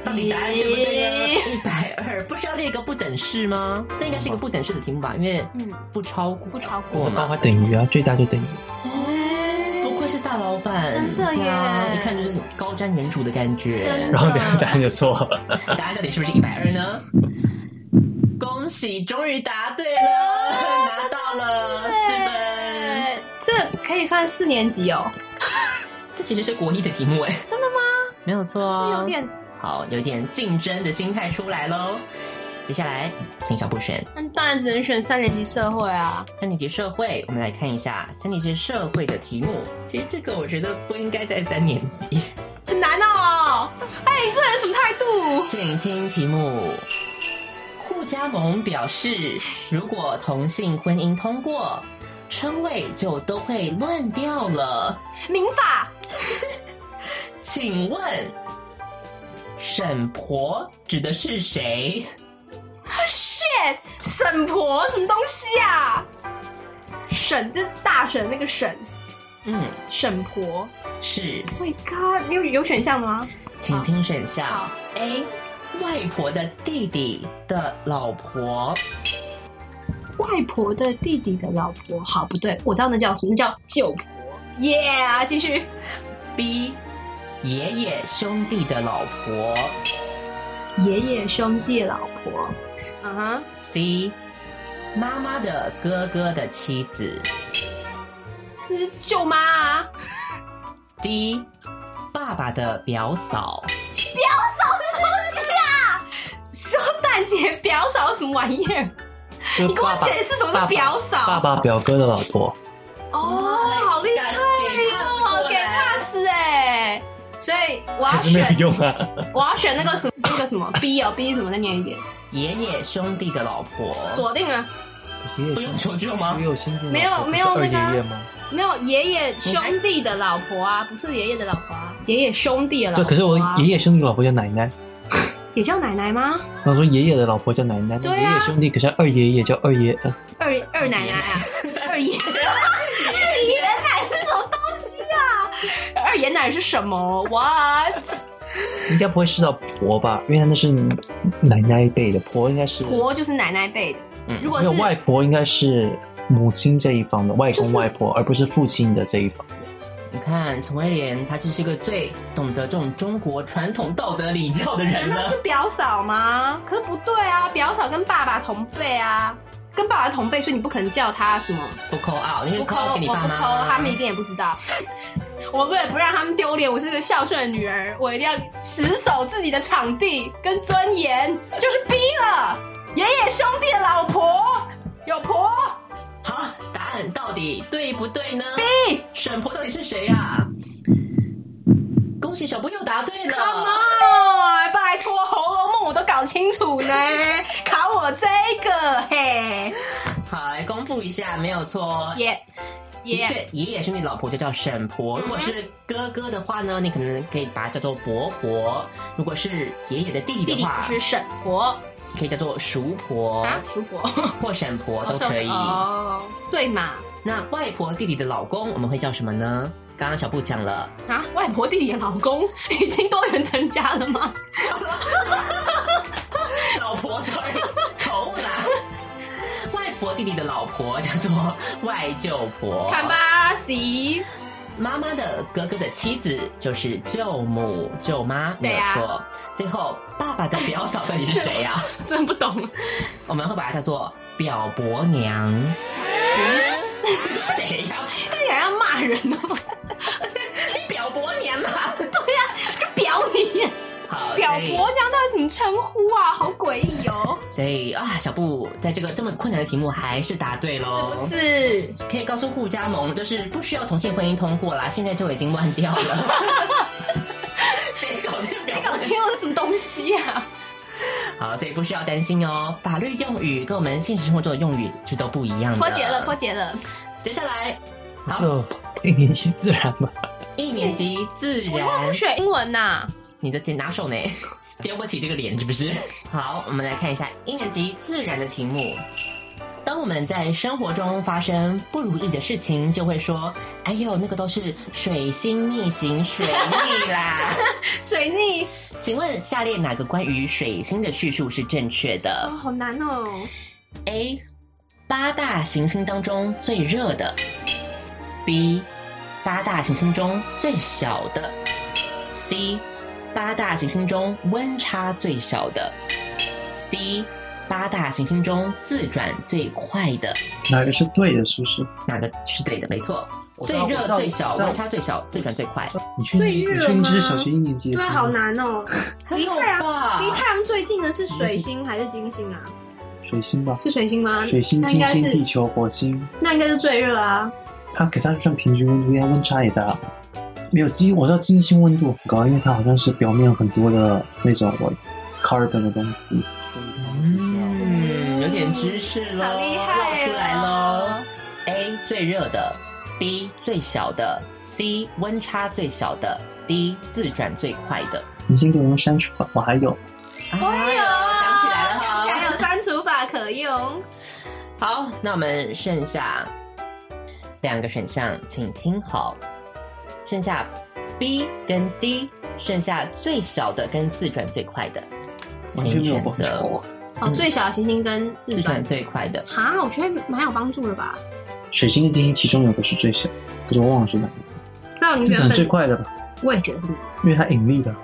F: 到底答案对不对呢？一百二，不是要列一个不等式吗？这应该是一个不等式的题目吧？因为
D: 嗯
F: 不超过，
D: 不超
F: 过
G: 包
F: 嘛
G: 括。等于啊，最大就等于。
F: 不愧是大老板，
D: 真的耶
F: 对啊一看就是高瞻远瞩的感觉。
D: 真
G: 然
D: 的
G: 后等下答案就错了，
F: 答案到底是不是一百二呢？恭喜，终于答对了，
D: 啊
F: 拿到了四分。
D: 呃，这可以算四年级哦，
F: 这其实是国一的题目哎，
D: 真的吗？
F: 没有错哦，
D: 有点，
F: 好，有点竞争的心态出来喽。接下来，请小布选
D: 那当然只能选三年级社会啊，
F: 三年级社会，我们来看一下三年级社会的题目。其实这个我觉得不应该在三年级，
D: 很难哦，哎，你这人什么态度？
F: 请听题目。互加盟表示，如果同性婚姻通过，称谓就都会乱掉了。
D: 民法
F: 请问，沈婆指的是谁？
D: shit，沈婆什么东西啊？沈就是大沈那个沈，
F: 嗯，
D: 沈婆。
F: 是
D: Oh My God，你有有选项的吗？哎
F: 请听选项
D: 好
F: A，外婆的弟弟的老婆，
D: 外婆的弟弟的老婆，好不对，我知道那叫什么，那叫舅婆。Yeah，继啊续。
F: ；B，爷爷兄弟的老婆
D: 爷爷兄弟老婆，嗯哼，
F: ；C，妈妈的哥哥的妻子
D: 那是舅妈啊，
F: ；D，爸爸的表嫂。
D: 说蛋姐表嫂什么玩意儿？
G: 你
D: 你跟我解释什么是表嫂
G: 爸爸表哥的老婆，
D: 哦，好厉害哦，给 pass 哎、所以我要
G: 还是没有
D: 选，
G: 用啊。
D: 我要选那个什么，那个什 么 B 哦，B 什么？再念一遍，
F: 爷爷兄弟的老婆，
D: 锁定啊了。
G: 也有
F: 不用求救吗
G: 也？有兄弟吗，
D: 没有
G: 不是
D: 没有
G: 二
D: 那个啊
G: 爷爷吗？
D: 没有爷爷兄弟的老婆啊，不是爷爷的老婆啊，爷爷兄弟的老
G: 对，
D: 婆、啊。
G: 可是我爷爷兄弟老婆叫奶奶，
D: 也叫奶奶吗？
G: 然后说爷爷的老婆叫奶奶，
D: 对啊
G: 那爷爷兄弟可是二爷爷叫二爷，呃
D: 二二奶奶啊，二爷 二爷奶是什么东西啊？二爷奶是什么？What？
G: 应该不会是到婆吧？因为他那是奶奶辈的，婆应该是
D: 婆就是奶奶辈的，
F: 嗯
D: 如果
G: 没
D: 是
G: 有外婆应该是母亲这一方的外公外婆，而不是父亲的这一方。
F: 你看陈威廉，他就是一个最懂得这种中国传统道德礼教的人
D: 难道
F: 了
D: 是。表嫂吗？可是不对啊，表嫂跟爸爸同辈啊，跟爸爸同辈，所以你不可能叫他什么
F: 不扣啊，你可以
D: 不抠，
F: 扣
D: 我
F: 给你
D: 不抠
F: 爸妈，啊。
D: 他们一定也不知道。 我为了不让他们丢脸，我是个孝顺的女儿，我一定要死守自己的场地跟尊严，就是逼了爷爷兄弟的老婆有婆
F: 好，答案到底对不对呢？
D: 逼
F: 沈婆到底是谁呀、啊？恭喜小波又答对了。
D: ，Come on，拜托，《红楼梦》我都搞清楚 呢，考我这个嘿，
F: 好，来公布一下，没有错哦。
D: 耶
F: 的
D: 耶。
F: 确，爷爷兄弟老婆就叫沈
D: 嗯
F: 婆。如果是哥哥的话呢，你可能可以把它叫做伯婆；如果是爷爷的弟弟
D: 弟
F: 的
D: 弟
F: 话，
D: 是沈婆
F: 可以叫做叔婆、
D: 啊，叔婆
F: 或婶婆都可以。
D: 哦，对嘛
F: 那外婆弟弟的老公，我们会叫什么呢？刚刚小布讲了，
D: 啊，外婆弟弟的老公已经多元成家了吗？
F: 老婆，sorry，口 误啦。外婆弟弟的老婆叫做外舅婆，
D: 看吧，喜，
F: 妈妈的哥哥的妻子就是舅母、舅妈，没
D: 对
F: 有
D: 啊
F: 错。最后，爸爸的表嫂到底是谁 啊？
D: 真不懂，
F: 我们会把它叫做表伯娘。谁呀、
D: 这也要骂人的吗？
F: 你表伯娘啊！
D: 对呀、就表你
F: 好，
D: 表
F: 所以
D: 伯娘到底怎么称呼啊？好诡异哦，
F: 所以啊，小布在这个这么困难的题目还是答对喽。
D: 是不是？
F: 可以告诉互加盟，就是不需要同性婚姻通过啦，现在就已经乱 掉了。谁搞这个表
D: 搞清哦楚是什么东西啊？
F: 好，所以不需要担心哦。法律用语跟我们现实生活中的用语是都不一样的。
D: 脱节了，脱。节了，
F: 接下来，好，
G: 就一年级自然吧。
F: 一年级自
D: 我怎么
F: 然
D: 不，学英文呐、
F: 你的拿手呢？丢不起这个脸是不是？好，我们来看一下一年级自然的题目。当我们在生活中发生不如意的事情，就会说：“哎呦，那个都是水星逆行，水逆啦。”
D: 水逆
F: 请问下列哪个关于水星的叙述是正确
D: 哦，
F: 的
D: 好难哦。
F: ？A. 八大行星当中最热的。B. 八大行星中最小的。C. 八大行星中温差最小的。D. 八大行星中自转最快的。
G: 哪个是对的？是不是？
F: 哪个是对的？没错，
G: 我知
F: 最
G: 道我
F: 热
G: 知道
F: 最小，
G: 我知道
F: 温差最小，自转最快。
G: 你确定？
D: 最
G: 你
D: 热
G: 确定这是
D: 吗
G: 小学一年级的？
D: 对，好。难哦。 离太
F: 还有
G: 啊
D: 阳，
F: 吧
D: 离太阳最近的是水星还是金星啊？
G: 水星吧，
D: 是水星吗？
G: 水星、
D: 那应
G: 金
D: 该
G: 星、
D: 是
G: 地球、火星，
D: 那应该是最热啊。
G: 它可是它就算平均温度，应该温差也大。没有金，我知道金星温度很高，因为它好像是表面有很多的那种 carbon 的东西。
F: 嗯，有点知识喽，
D: 好厉害哦
F: 露出来喽。A 最热的，B 最小的，C 温差最小的，D 自转最快的。
G: 你先给我们删除法，我还有。
F: 哎呦，想起来了
D: 哦想起来
F: 哈。
D: 有删除法可用。哦
F: 好，那我们剩下两个选项，请听好，剩下 B 跟 D，剩下最小的跟自转最快的，
G: 完全
F: 请
G: 没有
F: 选
G: 帮助
F: 择
D: 哦，
G: 嗯
D: 最小的行星跟自
F: 自转
D: 转。
F: 最快的。
D: 哈，我觉得蛮有帮助的吧。
G: 水星跟金星其中有个是最小，可是我忘了是哪个。
D: 照你
G: 自
D: 原
G: 转最
D: 本，
G: 快的吧，
D: 我也觉得是。
G: 因为它引力的。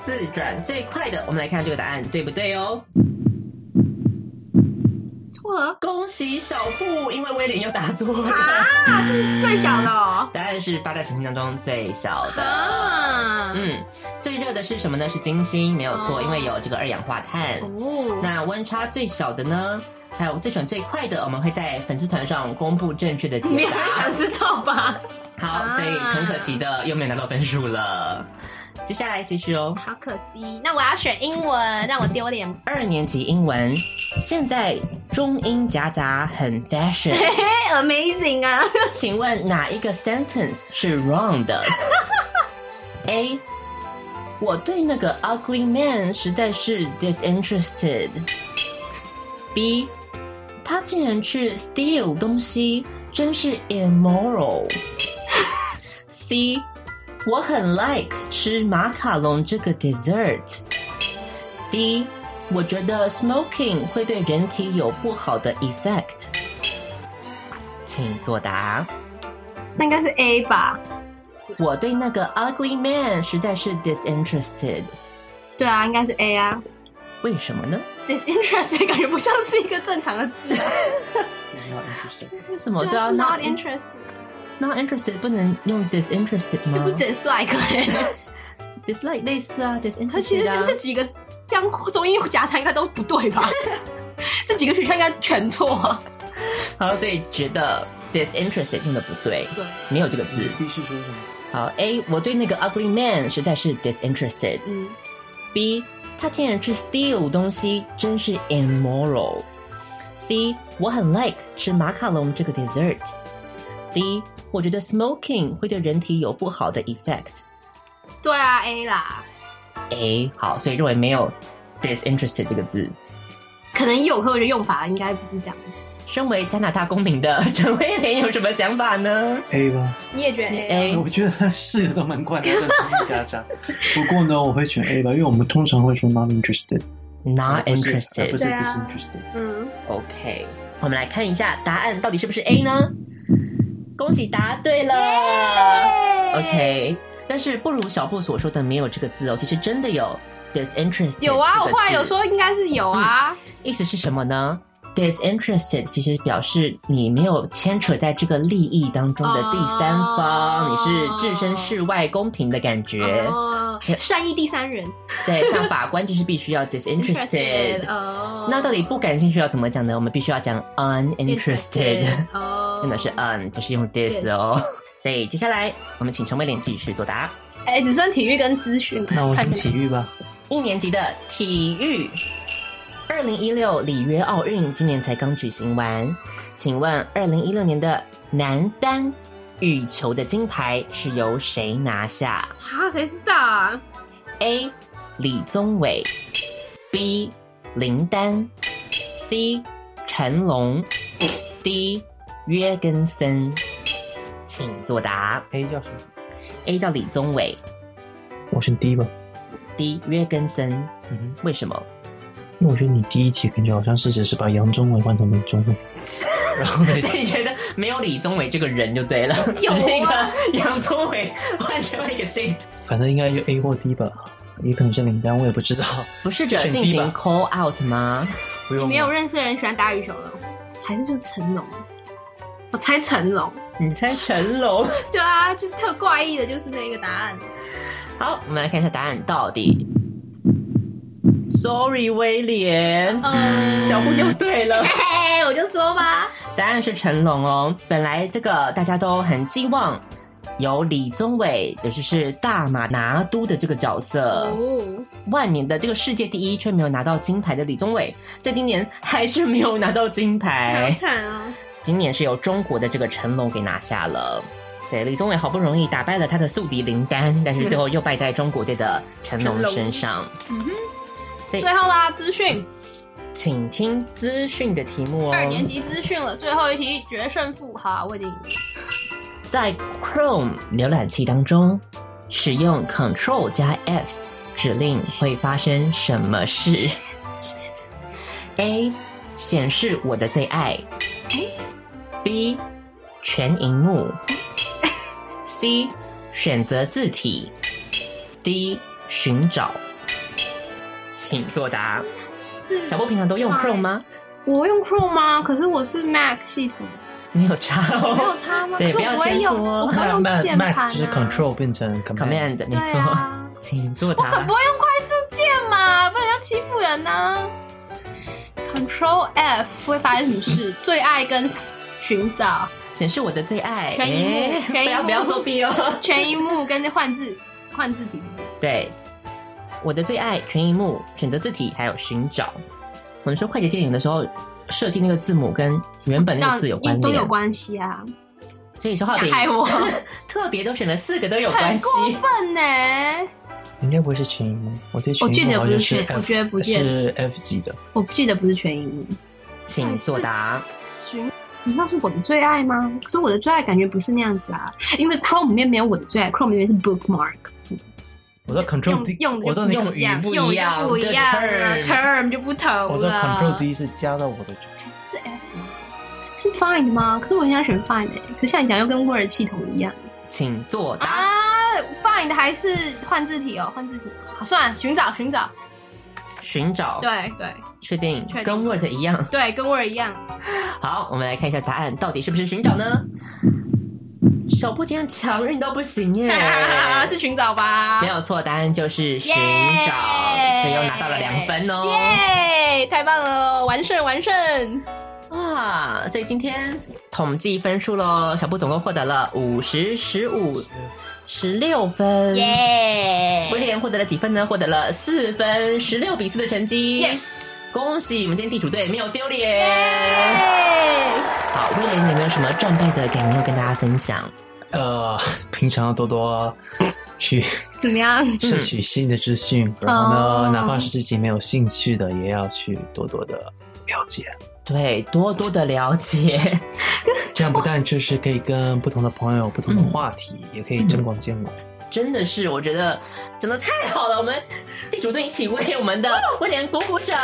F: 自转最快的，我们来看这个答案对不对哦？
D: 错了
F: 恭喜小布，因为威廉又答错了。
D: 啊，是最小的哦。
F: 答案是八大行星当中最小的。
D: 啊，
F: 嗯，最热的是什么呢？是金星，没有错，
D: 哦
F: 因为有这个二氧化碳。
D: 哦，
F: 那温差最小的呢？还有自转最快的，我们会在粉丝团上公布正确的
D: 没
F: 解
D: 有人
F: 答
D: 想。啊知道吧？
F: 好，所以很可惜的，又没有拿到分数了。接下来继续哦。
D: 好可惜，那我要选英文，让我丢脸。
F: 二年级英文，现在中英夹杂很 fashion。
D: 嘿 Amazing 啊！
F: 请问哪一个 sentence 是 wrong 的？A. 我对那个 ugly man 实在是 disinterested。B. 他竟然去 steal 东西，真是 immoral。C. 我很 like 吃马卡龙这个 dessert。D. 我觉得 smoking 会对人体有不好的 effect。请作答。
D: 那应该是 A 吧？
F: 我对那个 ugly man 实在是 disinterested，
D: 对啊，应该是 A 啊。
F: 为什么呢？
D: disinterested 感觉不像是一个正常的字啊。
F: 为什么？对
D: 对
F: 啊
D: 啊是，not
F: ，not
D: interested，
F: not interested 不能用 disinterested 吗
D: 不是 dislike 欸
F: ？dislike 类似啊，disinterested
D: 可其实
F: 啊
D: 是这几个这样中英夹杂应该都不对 吧？这几个选项应该全错啊。
F: 好，所以觉得 disinterested 用的不对，
D: 对，
F: 没有这个字。
G: 必须说什么？
F: 好，A，我对那个 ugly man 实在是 disinterested。
D: 嗯，
F: B，他竟然去 steal 东西，真是 immoral。C，我很 like 吃马卡龙这个 dessert。D，我觉得 smoking 会对人体有不好的 effect。
D: 对啊，A 啦，
F: A，好，所以认为没有 disinterested 这个字。
D: 可能有，可我觉得用法应该不是这样。
F: 身为加拿大公民的 陈威廉有什么想法呢
G: A 吧。
D: 你也觉得 A？啊
F: ？A，
G: 我觉得他四个都 蛮怪的，但是家长。不过呢，我会选 A 吧，因为我们通常会说 not interested，
F: not
G: 而不是而不
F: interested。
G: 是
D: 对啊
G: disinterested。
D: 嗯，
F: OK，我们来看一下答案到底是不是 A 呢？恭喜答对了。OK，但是不如小布所说的没有这个字哦，其实真的有 disinterested。
D: 有啊，我后来有，说应该是有啊。
F: 意思是什么呢？disinterested 其实表示你没有牵扯在这个利益当中的第三方，
D: 哦
F: 你是置身事外、公平的感觉。
D: 哦，善意第三人
F: 对，像法官就是必 须要 disinterested。
D: 哦，
F: 那到底不感兴趣要怎么讲呢？我们必须要讲 uninterested，
D: 哦，
F: 真的是 un，不是用 dis 哦。所以接下来我们请陈威廉继续作答。
D: 哎，只剩体育跟资讯了。
G: 那我
D: 看
G: 选
D: 起
G: 体育吧。
F: 一年级的体育，二零一六里约奥运今年才刚举行完，请问二零一六年的男单羽球的金牌是由谁拿下
D: 啊，谁知道啊？
F: ？A. 李宗伟，B. 林丹，C. 陈龙，D. 约根森，请作答。
G: A 叫什么？
F: A 叫李宗伟
G: 我选 D 吧。
F: ，D 约根森，
G: 嗯
F: 为什 么？
G: 哼，因为我觉得你第一题感觉好像是只是把杨宗纬换成李 宗伟，然后呢，
F: 所以你觉得没有李宗伟这个人就 对了，
D: 有啊
F: 就是一个杨宗纬换成了一个姓，
G: 反正应该就 A 或 D 吧，也可能是林丹，我也不知道。
F: 不是者进
G: 选
F: 行
G: 低吧
F: call out 吗？
G: 不用了，
D: 没有认识的人喜欢打羽球的，还是就是成龙？我猜成龙。
F: 你猜成龙？
D: 对啊，就是特怪异的，就是那个答案。
F: 好，我们来看一下答案到底。Sorry，威廉，
D: 嗯，
F: 小布又对了。
D: 嘿，我就说吧，
F: 答案是成龙哦。本来这个大家都很寄望由李宗伟，也就是大马拿督的这个角色，
D: 哦，
F: 万年的这个世界第一却没有拿到金牌的李宗伟，在今年还是没有拿到金
D: 好
F: 牌。
D: 惨啊！
F: 今年是由中国的这个成龙给拿下了。对，李宗伟好不容易打败了他的宿敌林丹，但是最后又败在中国队的成龙身上。所以
D: 最后啦，资讯，
F: 请听资讯的题目哦。
D: 二年级资讯了，最后一题决胜负。好，我已经赢了
F: 在 Chrome 浏览器当中，使用 Ctrl 加 F 指令会发生什么事？A. 显示我的最爱。B. 全荧幕。C. 选择字体。D. 寻找。请作答。
D: 是
F: 小波平常都用 Chrome 吗？
D: 我用 Chrome 吗？可是我是 Mac 系统，
F: 没有差哦。
D: 没有差吗？
F: 对
D: 可是我
F: 不要
D: 会
F: 牵
D: 用，
F: 拖哦
D: 我不会
G: 那
D: 用
G: Mac
D: 键盘啊
G: Mac 就是 Control 变成 Command。
F: Command 没
D: 对
F: 错。
D: 啊
F: 请作
D: 我
F: 答。
D: 很不会用快速键嘛，不然要欺负人呢、Control F 会发生什么事？最爱跟寻找
F: 显示我的最爱，
D: 全荧幕
F: 哎
D: 全荧幕
F: 不要不要作弊 哦。
D: 全荧幕跟换字换字体，
F: 对，我的最爱全荧幕选择字体还有寻找。我们说快捷键有的时候设计那个字母跟原本那个字有关
D: 都
F: 联，
D: 有关系啊，
F: 所以说画
D: 想
F: 饼
D: 害我，
F: 特别都选了四个都有关
D: 很
F: 系。
D: 过分呢、
G: 应该不会是全荧幕，我这
D: 我
G: 全
D: 记
G: 荧幕
D: 得
G: 好
D: 不是
G: 像
D: 全我
G: F，
D: 觉得不见
G: 是 F 级的。
D: 我不记得不是全荧幕，
F: 请作答。
D: 寻。难道是我的最爱吗？可是我的最爱感觉不是那样子啊，因为 Chrome 里面没有我的最爱，Chrome 里面是 bookmark，
G: 我说
D: 用
G: Control D，
D: 用的
G: 我
D: 就
G: 说
D: 不
G: 你
D: 一样，
F: 用语
D: 用
F: 不
D: 语
F: 一样
D: 就不一样
F: 这
D: 了
F: term
D: ，term 就不同了。
G: 我说 Control D 是加到我的，
D: 还是 F，是 Find 吗？可是我很想选 Find，、欸、可现在讲又跟 Word 系统一样
F: 请作答。
D: 啊。Find 还是换字体哦，换字体。好，算了，寻找寻找。
F: 寻找，
D: 对对
F: 确定
D: 确定
F: 跟 Word 一样。
D: 对，跟 Word 一样。
F: 好，我们来看一下答案到底是不是寻找呢？小布竟然强硬到不 行耶！
D: 是寻找吧？
F: 没有错，答案就是寻找，
D: 耶
F: 所以又拿到了两分哦。
D: 耶，太棒了，完胜完胜！
F: 哇，所以今天统计分数喽，小布总共获得了五十、十五、十六分。
D: 耶
F: 威廉获得了几分呢？获得了四分，十六比四的成绩。
D: ，yes，
F: 恭喜我们今天地主队没有丢脸。
D: 耶
F: 好，威廉有没有什么战败的感言要跟大家分享？
G: 呃， 平常要多多 去
D: 怎么样？
G: 摄取新的资讯，然后呢，
D: 嗯哦
G: 哪怕是自己没有兴趣的，也要去多多的了解。
F: 对，多多的了解。
G: 这样不但就是可以跟不同的朋友、不同的
D: 嗯
G: 话题，也可以增广见闻。
F: 真的是，我觉得真的太好了！我们地主队一起为我们的威廉鼓鼓掌，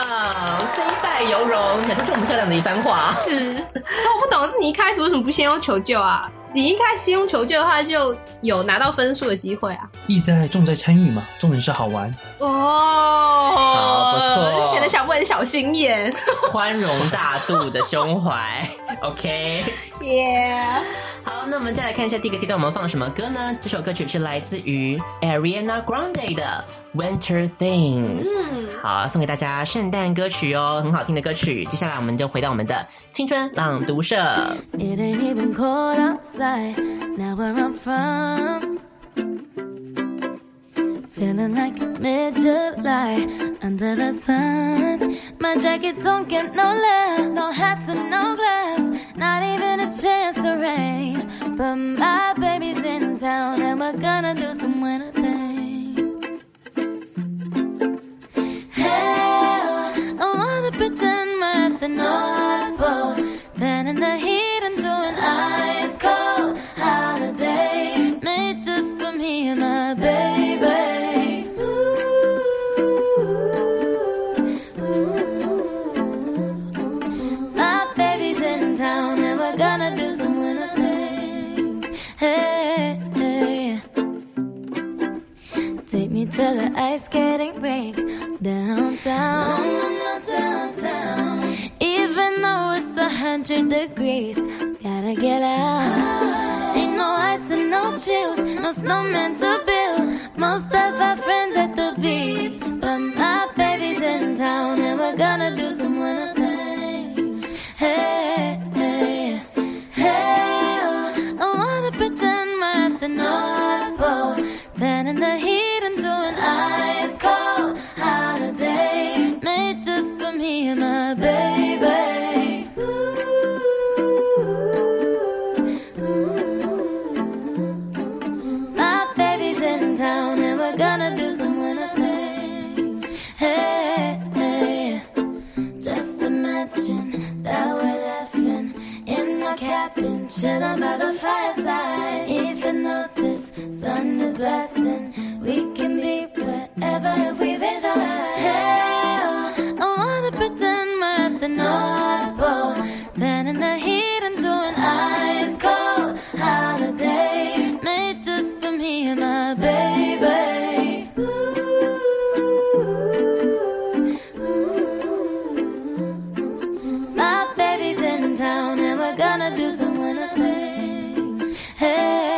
F: 虽败犹荣，讲出这么漂亮的一番话。
D: 是，那我不懂的是，你一开始为什么不先用求救啊？你一开始用求救的话，就有拿到分数的机会啊。
G: 意在重在参与嘛，重点是好玩。
D: 哦，
F: 好不错
D: 显得小布很小心眼。
F: 宽容大度的胸 怀。OK，
D: 耶、
F: 好，那我们再来看一下第一个阶段我们放什么歌呢？这首歌曲是来自于 Ariana Grande 的《Winter Things》。
D: 嗯
F: 好，送给大家圣诞歌曲哦，很好听的歌曲。接下来我们就回到我们的青春朗读社。
E: It ain't even cold outside now where I'm from. Feeling like it's mid July under the sun. My jacket don't get no love, no hats and no gloves. Not even a chance to rain. But my baby's in town and we're gonna do some winter things. Hell, I wanna pretend we're at the North Pole, turning the heat into an ice cold holiday made just for me and my baby. Ooh, ooh, my baby's in town and we're gonna do some winter things. Hey, hey. Take me to the ice skating rink downtown. downtown. Even though it's a hundred degrees, gotta get out. Ain't no ice and no chills, no snowman to build. Most of our friends at the beach, but my baby's in town and we're gonna do some winter things. Hey, hey, hey, I wanna pretend we're at the North Pole, turning the heat into an ice cold holiday made just for me and my baby. Ooh, ooh, my baby's in town and we're gonna do some winter things. Hey, hey. Just imagine that we're laughing in my cabin, chilling by the fireside. Even though this sun is blasting, we can be wherever if we visualize. Hell, I wanna pretend we're at the North Pole, turning the heat into an ice cold holiday made just for me and my baby. Ooh, my baby's in town and we're gonna do some winter things. Hey,